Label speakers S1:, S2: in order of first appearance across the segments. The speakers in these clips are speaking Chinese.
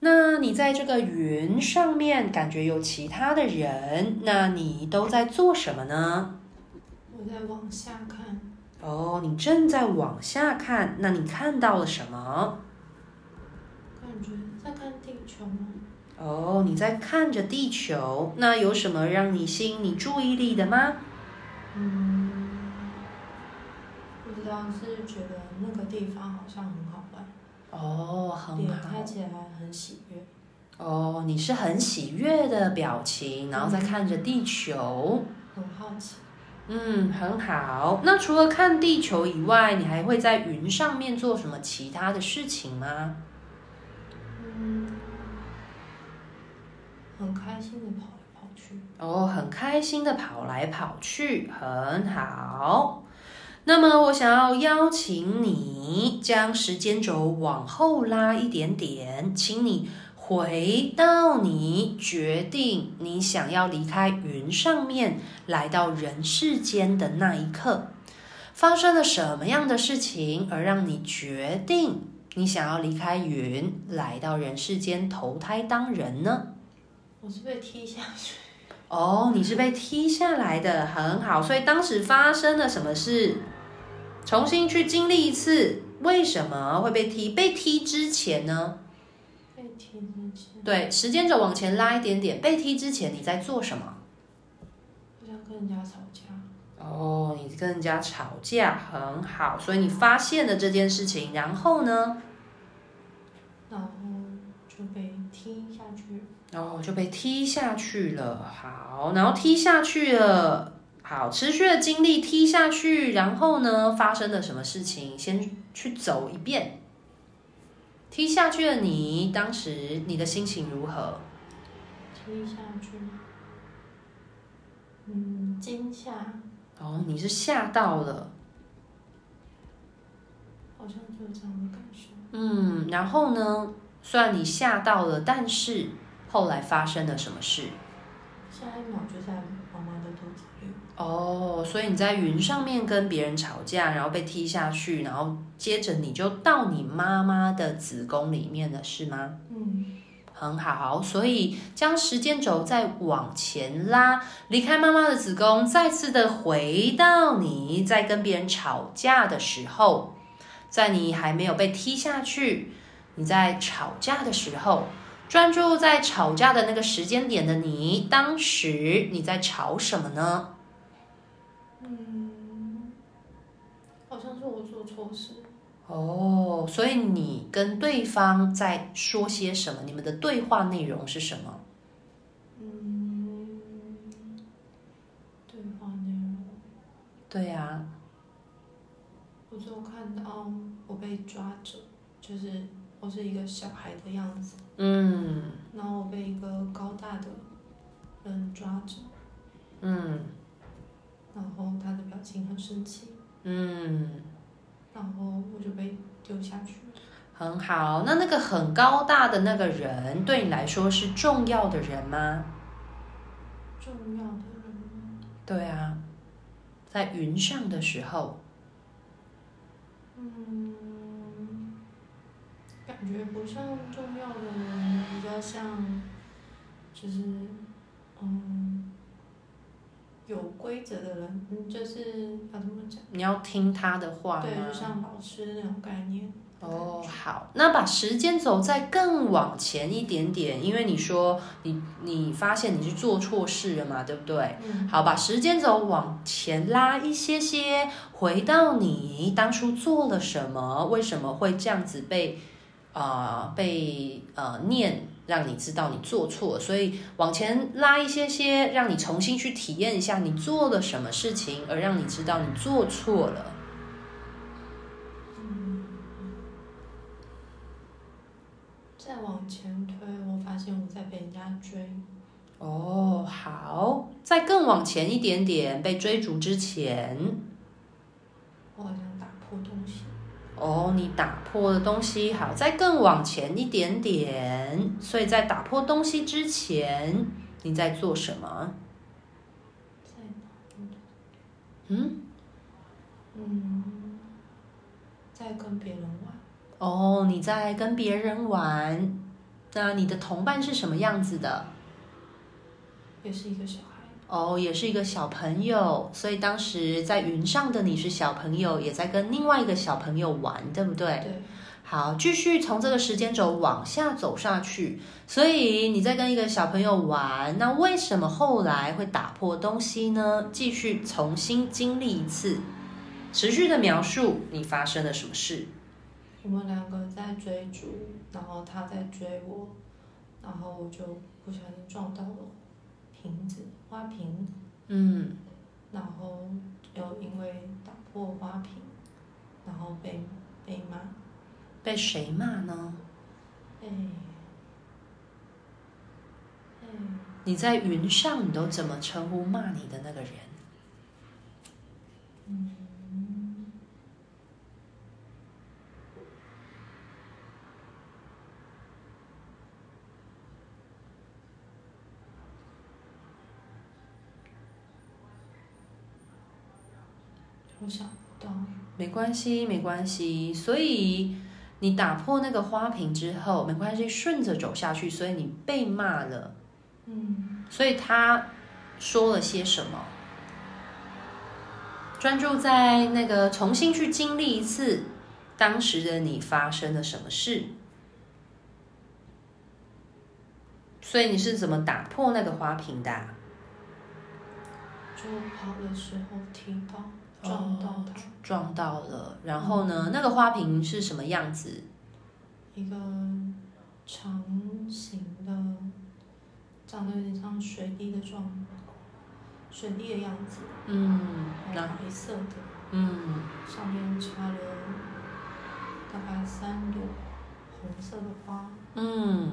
S1: 那你在这个云上面感觉有其他的人，那你都在做什么呢？
S2: 我在往下看，
S1: 哦，你正在往下看，那你看到了什么？
S2: 感觉在看地球吗？
S1: 哦，你在看着地球，那有什么让你吸引你注意力的吗？
S2: 嗯，不知道是觉得那个地方好像很好玩，
S1: 哦，很
S2: 脸
S1: 好
S2: 看。起来很喜悦。
S1: 哦，你是很喜悦的表情，然后在看着地球。
S2: 很好奇，
S1: 嗯，很好。那除了看地球以外，你还会在云上面做什么其他的事情吗？
S2: 嗯，很开心的跑来跑去，
S1: 哦，很开心的跑来跑去，很好。那么我想要邀请你将时间轴往后拉一点点，请你回到你决定你想要离开云上面，来到人世间的那一刻，发生了什么样的事情，而让你决定你想要离开云，来到人世间投胎当人呢？
S2: 我是被踢下去，
S1: 哦，你是被踢下来的，很好。所以当时发生了什么事？重新去经历一次，为什么会被踢？被踢之前呢？
S2: 被踢之前，
S1: 对，时间轴往前拉一点点。被踢之前你在做什么？
S2: 我想跟人家吵架，
S1: 哦，你跟人家吵架，很好。所以你发现了这件事情，然后呢？
S2: 然后就被踢下去，
S1: 然后就被踢下去了。好，然后踢下去了。好，持续的经历踢下去，然后呢，发生了什么事情？先去走一遍。踢下去的你，当时你的心情如何？
S2: 踢下去，嗯，惊吓，
S1: 哦，你是吓到了，
S2: 好像就这样的感受，
S1: 嗯，然后呢？虽然你吓到了，但是后来发生了什么事？
S2: 下一秒就在妈妈的肚子里，
S1: 哦，所以你在云上面跟别人吵架，然后被踢下去，然后接着你就到你妈妈的子宫里面了，是吗？
S2: 嗯，
S1: 很好，所以将时间轴再往前拉，离开妈妈的子宫，再次的回到你在跟别人吵架的时候，在你还没有被踢下去，你在吵架的时候，专注在吵架的那个时间点的你，当时你在吵什么呢？
S2: 嗯，好像是我做错事，
S1: 哦，所以你跟对方在说些什么？你们的对话内容是什么？
S2: 嗯，对话内容。
S1: 对啊呀、
S2: 我就看到我被抓着，就是我是一个小孩的样子，
S1: 嗯
S2: 然后我被一个高大的人抓着，
S1: 嗯
S2: 然后他的表情很生气，
S1: 嗯，
S2: 然后我就被丢下去了。
S1: 很好。那那个很高大的那个人，对你来说是重要的人吗？
S2: 重要的人，
S1: 对啊，在云上的时候，
S2: 嗯，感觉不像重要的人，比较像，就是，嗯，有规则的人，嗯就是要怎么讲？
S1: 你要听他的话
S2: 对，就
S1: 吗？
S2: 像老师那种概念。
S1: 哦，好，那把时间轴再更往前一点点，因为你说你你发现你是做错事了嘛，对不对？
S2: 嗯，
S1: 好，把时间轴往前拉一些些，回到你当初做了什么，为什么会这样子被啊、呃被呃念，让你知道你做错了，所以往前拉一些些，让你重新去体验一下你做了什么事情，而让你知道你做错了。
S2: 再往前推，我发现我在被人家追，
S1: 哦，好，再更往前一点点，被追逐之前，
S2: 我好像打破东西，
S1: 哦，你打破的东西，好，再更往前一点点。所以在打破东西之前，你在做什么？
S2: 在哪？
S1: 嗯，
S2: 嗯，在跟别人玩，
S1: 哦，你在跟别人玩，那你的同伴是什么样子的？
S2: 也是一个小孩，
S1: 哦，也是一个小朋友，所以当时在云上的你是小朋友，也在跟另外一个小朋友玩，对不对？
S2: 对，
S1: 好，继续从这个时间轴往下走下去。所以你在跟一个小朋友玩，那为什么后来会打破东西呢？继续重新经历一次，持续的描述你发生了什么事。
S2: 我们两个在追逐，然后他在追我，然后我就不小心撞到了瓶子，花瓶，
S1: 嗯，
S2: 然后又因为打破花瓶，然后被被骂，
S1: 被谁骂呢？
S2: 哎，哎，
S1: 你在云上，你都怎么称呼骂你的那个人？
S2: 我想不到，
S1: 没关系，没关系。所以你打破那个花瓶之后，没关系，顺着走下去。所以你被骂了，
S2: 嗯，
S1: 所以他说了些什么？专注在那个重新去经历一次当时的你发生了什么事。所以你是怎么打破那个花瓶的啊、
S2: 就跑的时候踢到，撞到他，
S1: 撞到了，然后呢？那个花瓶是什么样子？
S2: 一个长形的，长得有点像水滴的状，水滴的样子，
S1: 嗯，然后
S2: 白色的，
S1: 嗯。
S2: 上面插了大概三朵红色的花，
S1: 嗯，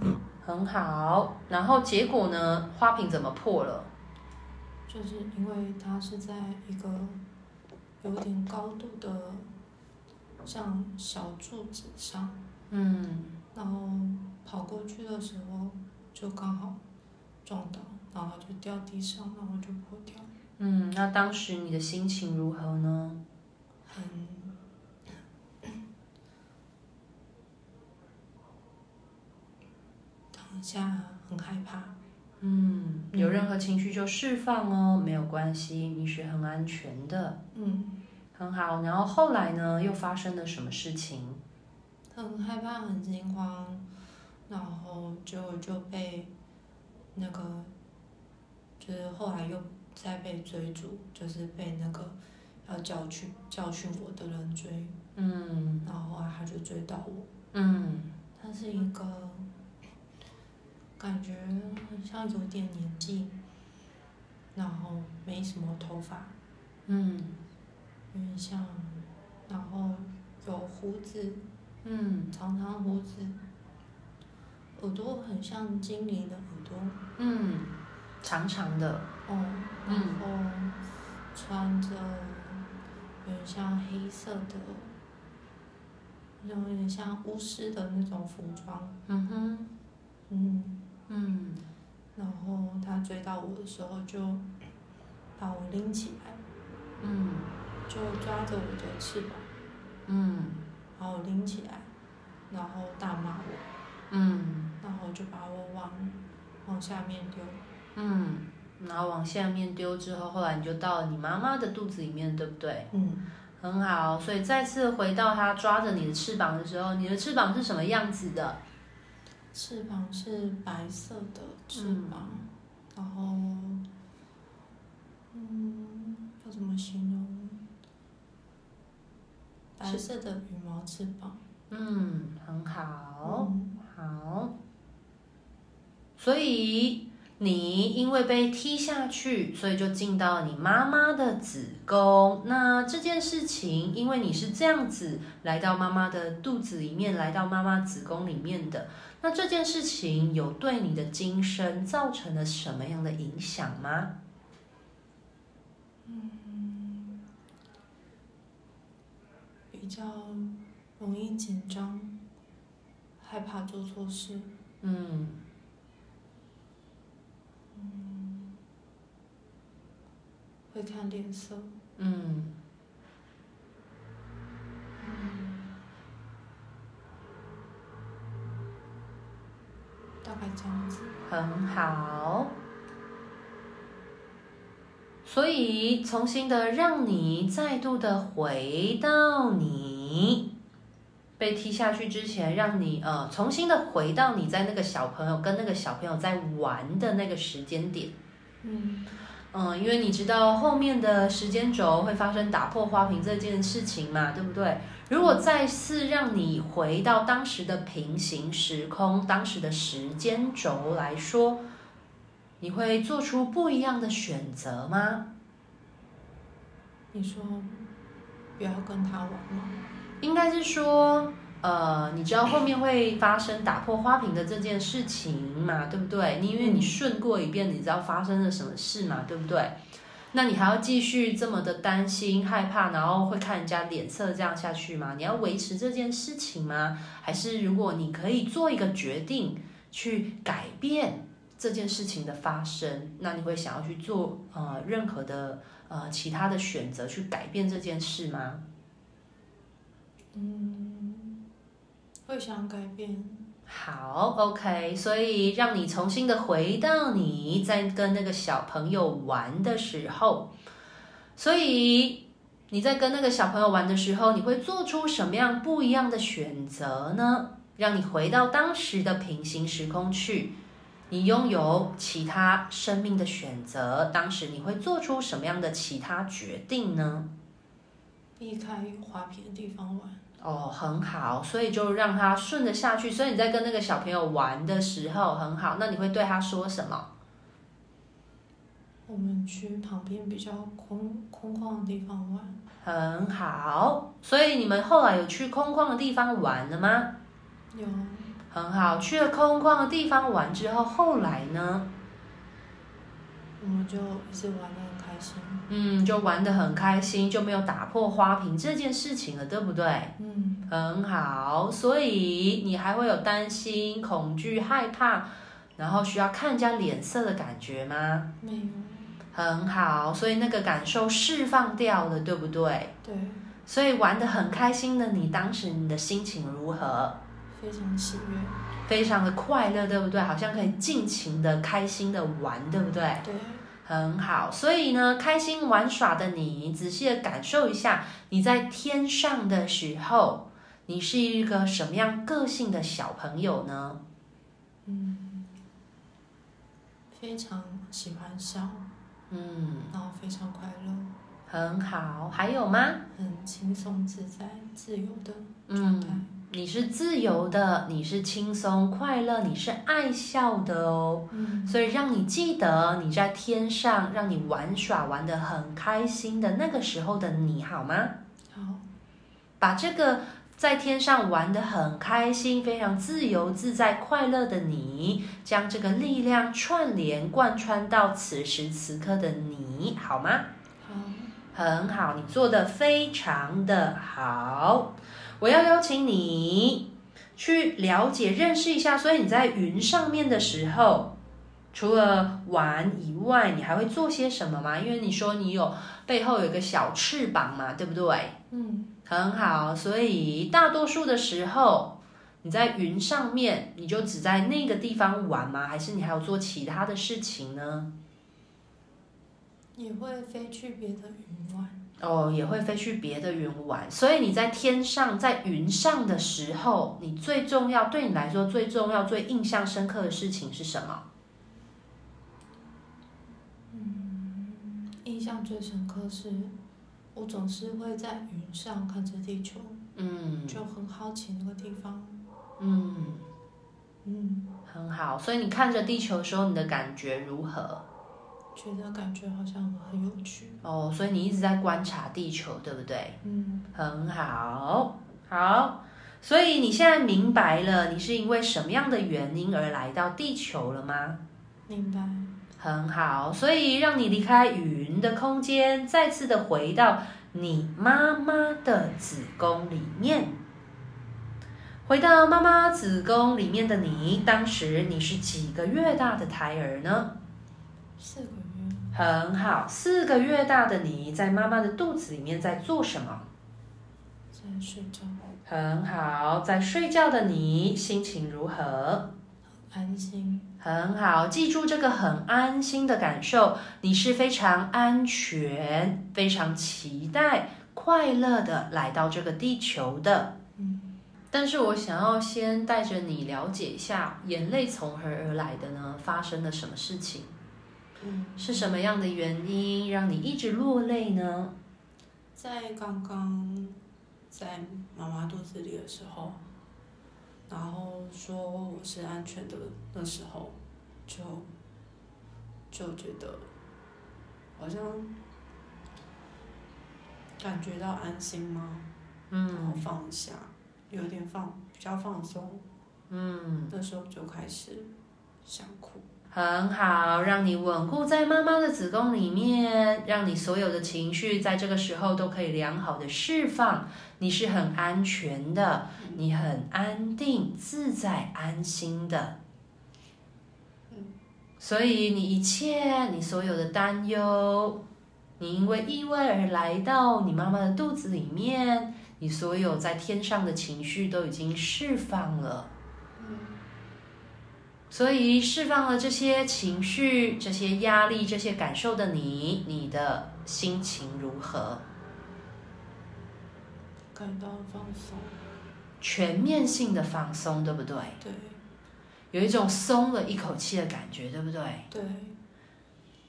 S2: 嗯，
S1: 很好。然后结果呢？花瓶怎么破了？
S2: 就是因为它是在一个有点高度的，像小柱子上。
S1: 嗯，
S2: 然后跑过去的时候就刚好撞到，然后就掉地上，然后就破掉，
S1: 嗯，那当时你的心情如何呢？
S2: 很当下很害怕，
S1: 嗯，有任何情绪就释放哦，没有关系，你是很安全的，
S2: 嗯，
S1: 很好。然后后来呢？又发生了什么事情？
S2: 很害怕，很惊慌，然后就就被那个，就是后来又再被追逐，就是被那个要教训教训我的人追。
S1: 嗯
S2: 然后后来他就追到我。
S1: 嗯
S2: 他是一个感觉很像有点年纪，然后没什么头发，
S1: 嗯
S2: 有点像，然后有胡子，
S1: 嗯
S2: 长长胡子，耳朵很像精灵的耳朵，
S1: 嗯，长长的，嗯
S2: 哦，然后穿着有点像黑色的，有点像巫师的那种服装，
S1: 嗯哼，
S2: 嗯。
S1: 嗯
S2: 然后他追到我的时候就把我拎起来，
S1: 嗯
S2: 就抓着我的翅膀，
S1: 嗯
S2: 把我拎起来，然后大骂我，
S1: 嗯
S2: 然后就把我往往下面丢。
S1: 嗯，然后往下面丢之后，后来你就到了你妈妈的肚子里面，对不对？
S2: 嗯，
S1: 很好，所以再次回到它抓着你的翅膀的时候，你的翅膀是什么样子的？
S2: 翅膀是白色的翅膀，然后嗯，要怎么形容？白色的羽毛翅膀。
S1: 嗯，很好，
S2: 嗯
S1: 好。所以你因为被踢下去，所以就进到你妈妈的子宫。那这件事情，因为你是这样子来到妈妈的肚子里面，来到妈妈子宫里面的，那这件事情有对你的今生造成了什么样的影响吗？
S2: 比较容易紧张，害怕做错事，
S1: 嗯，
S2: 嗯会看脸色，
S1: 嗯。
S2: 嗯大概这样子。
S1: 很好。所以，重新的让你再度的回到你被踢下去之前，让你呃重新的回到你在那个小朋友跟那个小朋友在玩的那个时间点。
S2: 嗯
S1: 嗯，因为你知道后面的时间轴会发生打破花瓶这件事情嘛，对不对？如果再次让你回到当时的平行时空、当时的时间轴来说，你会做出不一样的选择吗？
S2: 你说不要跟他玩吗？
S1: 应该是说，呃，你知道后面会发生打破花瓶的这件事情嘛，对不对？你因为你顺过一遍，你知道发生了什么事嘛，对不对？那你还要继续这么的担心、害怕，然后会看人家脸色这样下去吗？你要维持这件事情吗？还是如果你可以做一个决定去改变这件事情的发生，那你会想要去做呃任何的呃其他的选择去改变这件事吗？
S2: 会想改变。
S1: 好，OK，所以让你重新的回到你在跟那个小朋友玩的时候，所以你在跟那个小朋友玩的时候，你会做出什么样不一样的选择呢？让你回到当时的平行时空去，你拥有其他生命的选择，当时你会做出什么样的其他决定呢？
S2: 避开有花瓶的地方玩。
S1: 哦，很好，所以就让他顺着下去。所以你在跟那个小朋友玩的时候很好，那你会对他说什么？
S2: 我们去旁边比较空空旷的地方玩。
S1: 很好，所以你们后来有去空旷的地方玩了吗？
S2: 有，
S1: 很好，去了空旷的地方玩之后，后来呢？
S2: 我们就一直玩的很开心。
S1: 嗯，就玩得很开心，就没有打破花瓶这件事情了，对不对？
S2: 嗯，
S1: 很好，所以你还会有担心、恐惧、害怕，然后需要看人家脸色的感觉吗？
S2: 没有。
S1: 很好，所以那个感受释放掉了，对不对？
S2: 对，
S1: 所以玩得很开心的你，当时你的心情如何？
S2: 非常喜悦。
S1: 非常的快乐，对不对？好像可以尽情的、开心的玩，对不对？
S2: 对，
S1: 很好，所以呢，开心玩耍的你，仔细的感受一下，你在天上的时候，你是一个什么样个性的小朋友呢？
S2: 非常喜欢笑，
S1: 嗯，
S2: 然后非常快乐，
S1: 很好，还有吗？
S2: 很轻松自在、自由的
S1: 嗯
S2: 状态。。
S1: 你是自由的，你是轻松快乐，你是爱笑的哦。
S2: 嗯
S1: 所以让你记得你在天上，让你玩耍玩得很开心的那个时候的你好吗？
S2: 好，
S1: 把这个在天上玩得很开心、非常自由自在、快乐的你，将这个力量串联贯穿到此时此刻的你好吗？
S2: 好，
S1: 很好，你做的非常的好。我要邀请你去了解、认识一下。所以你在云上面的时候，除了玩以外，你还会做些什么吗？因为你说你有背后有一个小翅膀嘛，对不对？
S2: 嗯，
S1: 很好，所以大多数的时候，你在云上面，你就只在那个地方玩吗？还是你还有做其他的事情呢？
S2: 也会飞去别的云玩。
S1: 哦，也会飞去别的云玩，所以你在天上、在云上的时候，你最重要对你来说最重要、最印象深刻的事情是什么？
S2: 印象最深刻是，我总是会在云上看着地球，
S1: 嗯
S2: 就很好奇那个地方。
S1: 嗯，
S2: 嗯，
S1: 很好。所以你看着地球的时候，你的感觉如何？
S2: 觉得感觉好像很有趣。
S1: 哦，所以你一直在观察地球，对不对？
S2: 嗯，
S1: 很好，好。所以你现在明白了，你是因为什么样的原因而来到地球了吗？
S2: 明白。
S1: 很好，所以让你离开云的空间，再次的回到你妈妈的子宫里面。回到妈妈子宫里面的你，当时你是几个月大的胎儿呢？
S2: 四个月，
S1: 很好，四个月大的你在妈妈的肚子里面在做什么？
S2: 在睡觉，
S1: 很好，在睡觉的你心情如何？
S2: 安心，
S1: 很好，记住这个很安心的感受，你是非常安全、非常期待、快乐的来到这个地球的。
S2: 嗯，
S1: 但是我想要先带着你了解一下，眼泪从何而来的呢？发生了什么事情？
S2: 嗯，
S1: 是什么样的原因让你一直落泪呢？
S2: 在刚刚在妈妈肚子里的时候，然后说我是安全的那时候，就就觉得好像感觉到安心吗？然后
S1: 嗯
S2: 放下，有点放比较放松，
S1: 嗯，
S2: 那时候就开始想哭。
S1: 很好，让你稳固在妈妈的子宫里面，让你所有的情绪在这个时候都可以良好的释放。你是很安全的，你很安定、自在、安心的。所以你一切，你所有的担忧，你因为意外而来到你妈妈的肚子里面，你所有在天上的情绪都已经释放了。所以释放了这些情绪、这些压力、这些感受的你，你的心情如何？
S2: 感到放松，
S1: 全面性的放松，对不对？
S2: 对
S1: 有一种松了一口气的感觉，对不对？
S2: 对，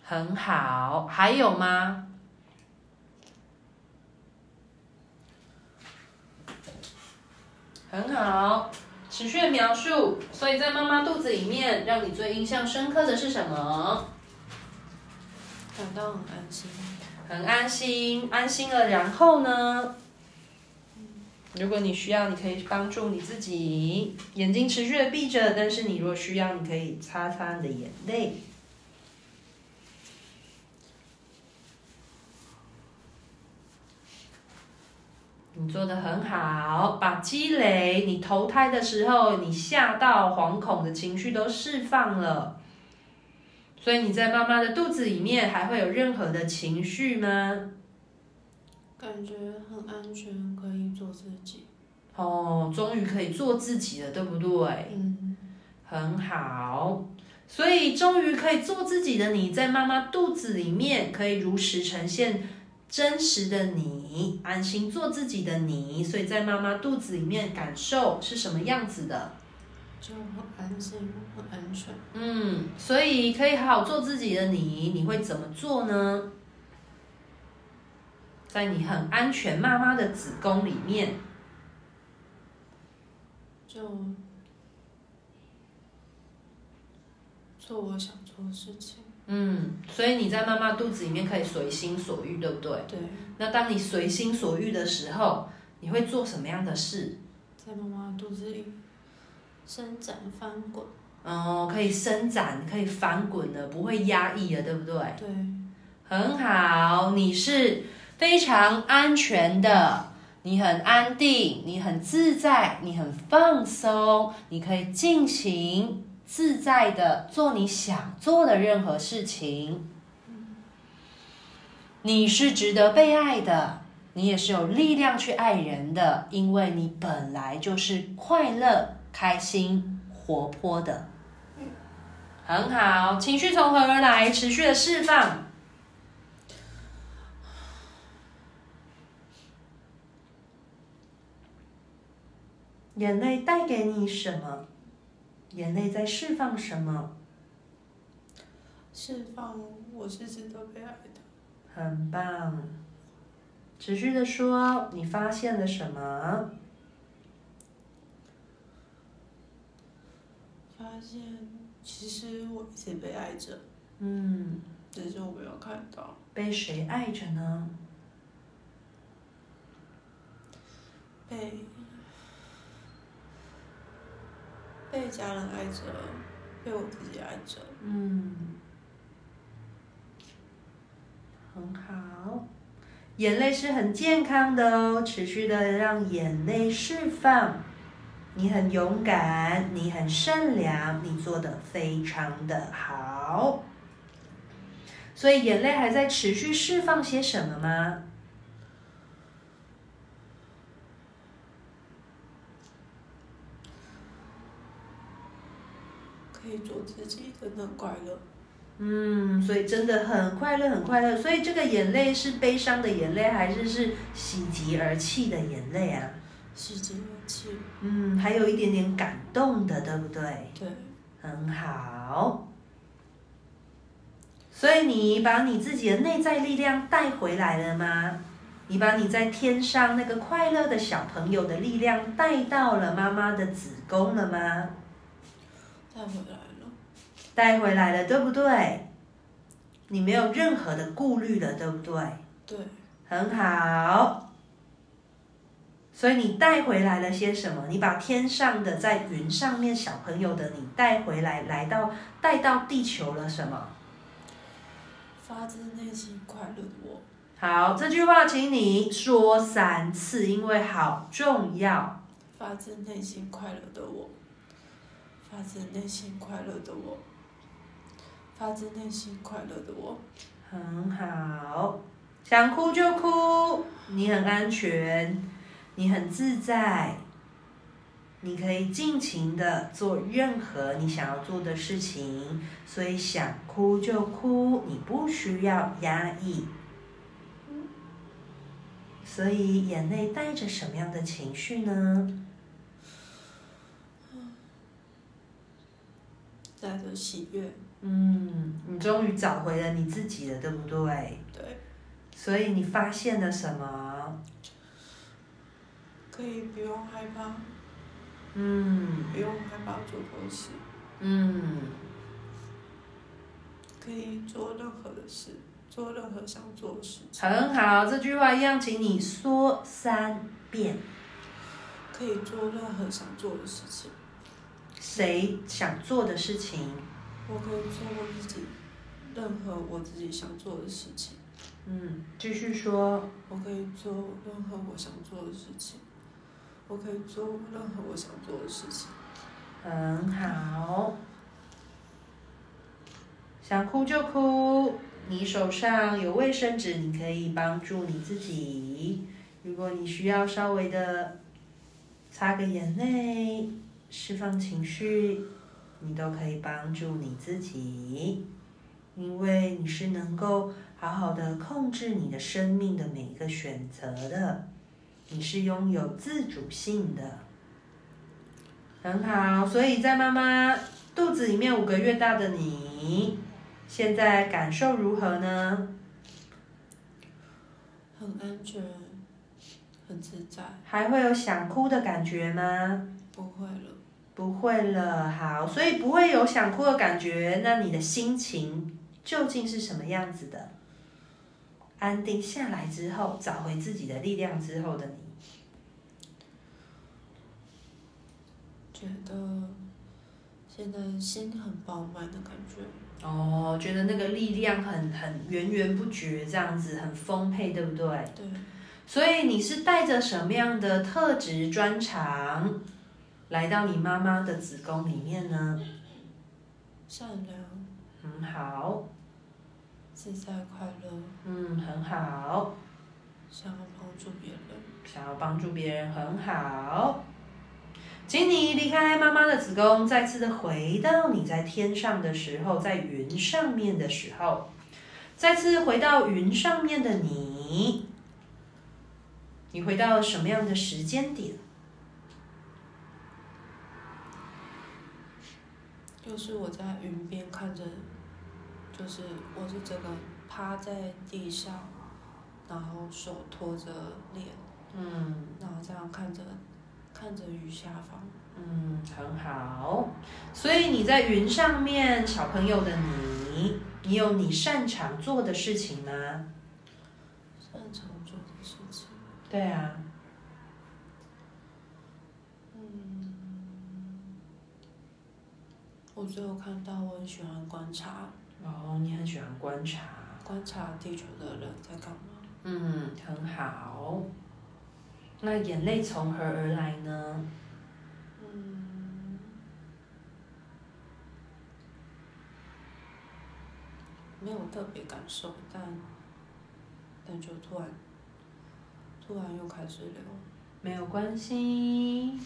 S1: 很好，还有吗？很好，持续地描述。所以在妈妈肚子里面，让你最印象深刻的是什么？
S2: 感到很安心。
S1: 很安心，安心了。然后呢？如果你需要，你可以帮助你自己，眼睛持续的闭着。但是你如果需要，你可以擦擦你的眼泪。你做的很好，把积累你投胎的时候你吓到惶恐的情绪都释放了。所以你在妈妈的肚子里面还会有任何的情绪吗？
S2: 感觉很安全，可以做自己。
S1: 哦，终于可以做自己了，对不对？
S2: 嗯，
S1: 很好。所以终于可以做自己的你，在妈妈肚子里面可以如实呈现真实的你，安心做自己的你。所以在妈妈肚子里面感受是什么样子的？
S2: 就很安心，很安全。
S1: 嗯，所以可以好好做自己的你，你会怎么做呢？在你很安全妈妈的子宫里面，
S2: 就做我想做的事情。
S1: 嗯，所以你在妈妈肚子里面可以随心所欲，对不对？
S2: 对，
S1: 那当你随心所欲的时候，你会做什么样的事？
S2: 在妈妈肚子里伸展翻滚。
S1: 哦，可以伸展，可以翻滚了，不会压抑了，对不对？
S2: 对，
S1: 很好，你是非常安全的，你很安定，你很自在，你很放松，你可以尽情自在的做你想做的任何事情。你是值得被爱的，你也是有力量去爱人的，因为你本来就是快乐、开心、活泼的。很好，情绪从何而来？持续的释放。眼泪带给你什么？眼泪在释放什么？
S2: 释放我是值得被爱的。
S1: 很棒。持续的说，你发现了什么？
S2: 发现其实我一直被爱着，
S1: 嗯，
S2: 只是我没有看到。
S1: 被谁爱着呢？
S2: 被被家人爱着，被我自己爱着。
S1: 嗯，很好。眼泪是很健康的哦，持续的让眼泪释放。你很勇敢，你很善良，你做的非常的好。所以眼泪还在持续释放些什么吗？
S2: 可可以做自己，真的很快乐。
S1: 嗯，所以真的很快乐，很快乐。所以这个眼泪是悲伤的眼泪，还是是喜极而泣的眼泪啊？
S2: 喜极而泣，
S1: 嗯，还有一点点感动的，对不对？
S2: 对，
S1: 很好。所以你把你自己的内在力量带回来了吗？你把你在天上那个快乐的小朋友的力量带到了妈妈的子宫了吗？
S2: 带回来了，
S1: 带回来了，对不对？你没有任何的顾虑了，对不对？
S2: 对，
S1: 很好。所以你带回来了些什么？你把天上的在云上面小朋友的你带回来，来到带到地球了什么？
S2: 发自内心快乐的我，
S1: 好，这句话请你说三次，因为好重要。
S2: 发自内心快乐的我，发自内心快乐的我，发自内心快乐的我，
S1: 很好，想哭就哭，你很安全，你很自在，你可以尽情的做任何你想要做的事情，所以想哭就哭，你不需要压抑。所以眼泪带着什么样的情绪呢？
S2: 带着喜悦，
S1: 嗯，你终于找回了你自己了，对不对？
S2: 对，
S1: 所以你发现了什么？
S2: 可以不用害怕，
S1: 嗯
S2: 不用害怕做错事，
S1: 嗯，
S2: 可以做任何的事，做任何想做的事情，
S1: 很好，这句话一样，请你说三遍。
S2: 可以做任何想做的事情，
S1: 谁想做的事情？
S2: 我可以做我自己，任何我自己想做的事情。
S1: 嗯，继续说。
S2: 我可以做任何我想做的事情，我可以做任何我想做的事情。
S1: 很好，想哭就哭。你手上有卫生纸，你可以帮助你自己。如果你需要稍微的擦个眼泪，释放情绪，你都可以帮助你自己，因为你是能够好好的控制你的生命的每一个选择的，你是拥有自主性的。很好，所以在妈妈肚子里面五个月大的你，现在感受如何呢？
S2: 很安全，很自在，
S1: 还会有想哭的感觉吗？
S2: 不会了，
S1: 不会了，好，所以不会有想哭的感觉。那你的心情究竟是什么样子的？安定下来之后，找回自己的力量之后的你，
S2: 觉得现在心很饱满的感觉。
S1: 哦，觉得那个力量很很源源不绝，这样子很丰沛，对不对？
S2: 对，
S1: 所以你是带着什么样的特质专长来到你妈妈的子宫里面呢？
S2: 善良、
S1: 很好，
S2: 自在、快乐，
S1: 嗯，很好，
S2: 想要帮助别人。
S1: 想要帮助别人，很好。请你离开妈妈的子宫，再次的回到你在天上的时候，在云上面的时候，再次回到云上面的你，你回到什么样的时间点？
S2: 又是我在云边看着，就是我是整个趴在地上，然后手托着脸。
S1: 嗯。
S2: 然后这样看着看着雨下方，
S1: 嗯，很好。所以你在云上面，小朋友的你，你有你擅长做的事情吗？
S2: 擅长做的事情，
S1: 对啊，
S2: 我最后看到我很喜欢观察，
S1: 哦，你很喜欢观察，
S2: 观察地球的人在干嘛。
S1: 嗯，很好。那眼泪从何而来呢？
S2: 没有特别感受，但但就突然突然又开始流，
S1: 没有关系，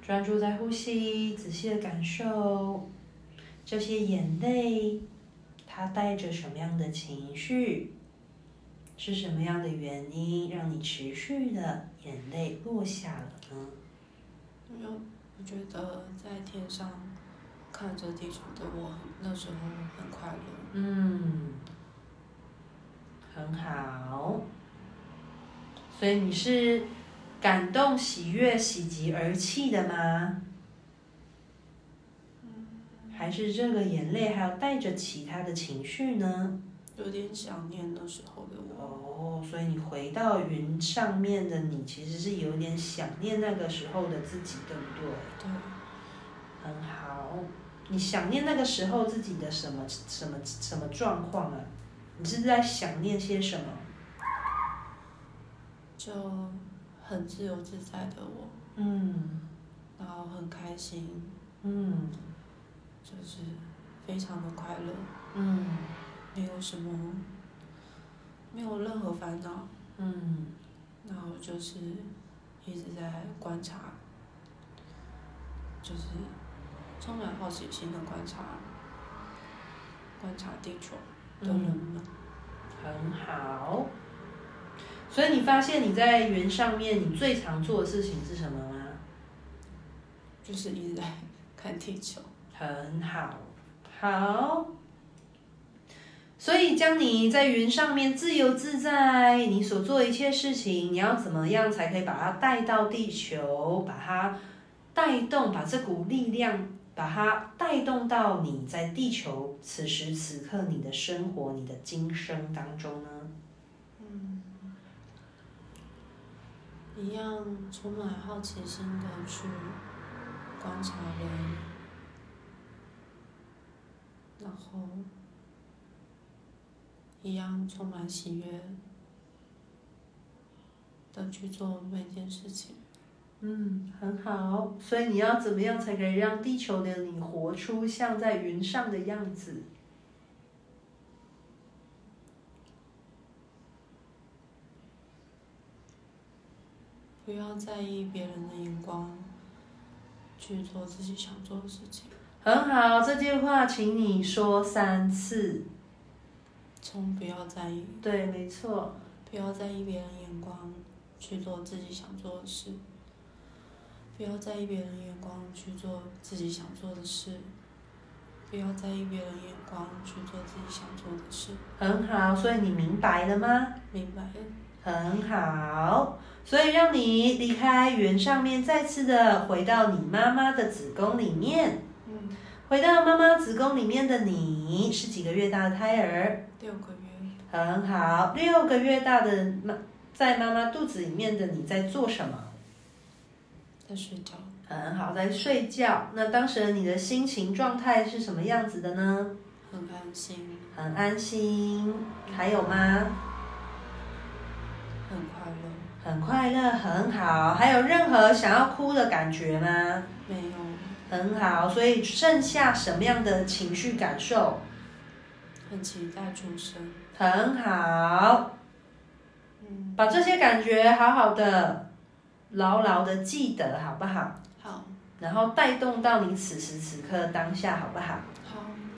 S1: 专注在呼吸，仔细的感受这些眼泪，它带着什么样的情绪，是什么样的原因让你持续的眼泪落下了呢？
S2: 因为我觉得在天上看着地球的我，那时候很快乐。
S1: 嗯，很好。所以你是感动、喜悦、喜极而泣的吗？还是这个眼泪还有带着其他的情绪呢？
S2: 有点想念那时候的我，
S1: 哦，所以你回到云上面的你，其实是有点想念那个时候的自己，对不对？
S2: 对，
S1: 很好。你想念那个时候自己的什么什么什么状况啊？你是在想念些什么？
S2: 就很自由自在的我，
S1: 嗯
S2: 然后很开心，
S1: 嗯
S2: 就是非常的快乐，
S1: 嗯
S2: 没有什么，没有任何烦恼，
S1: 嗯
S2: 然后就是一直在观察，就是充满好奇心的观察，观察地球的人
S1: 嗯，
S2: 们。
S1: 很好。所以你发现你在云上面，你最常做的事情是什么吗？
S2: 就是一直在看地球。
S1: 很好，好。所以，将你在云上面自由自在，你所做一切事情，你要怎么样才可以把它带到地球，把它带动，把这股力量，把它带动到你在地球此时此刻你的生活、你的今生当中呢？
S2: 嗯，一样充满好奇心的去观察人，然后一样充满喜悦的去做每件事情。
S1: 嗯，很好。所以你要怎么样才可以让地球的你活出像在云上的样子？
S2: 不要在意别人的眼光，去做自己想做的事情。
S1: 很好，这句话请你说三次。
S2: 从不要在意
S1: 对，没错。
S2: 不要在意别人眼光去做自己想做的事，不要在意别人眼光去做自己想做的事，不要在意别人眼光去做自己想做的事，
S1: 很好，所以你明白了吗？
S2: 明白？
S1: 很好，所以让你离开云上面，再次的回到你妈妈的子宫里面。
S2: 嗯，
S1: 回到妈妈子宫里面的你是几个月大的胎儿？
S2: 六个月
S1: 很好，六个月大的妈在妈妈肚子里面的你在做什么？
S2: 在睡觉，
S1: 很好，在睡觉。那当时你的心情状态是什么样子的呢？
S2: 很安心，
S1: 很安心，还有吗？
S2: 很快乐，
S1: 很快乐，很好。还有任何想要哭的感觉吗？
S2: 没有
S1: 很好。所以剩下什么样的情绪感受？
S2: 很期待出生，
S1: 很好，
S2: 嗯，
S1: 把这些感觉好好的、牢牢的记得，好不好？
S2: 好，
S1: 然后带动到你此时此刻当下，好不好？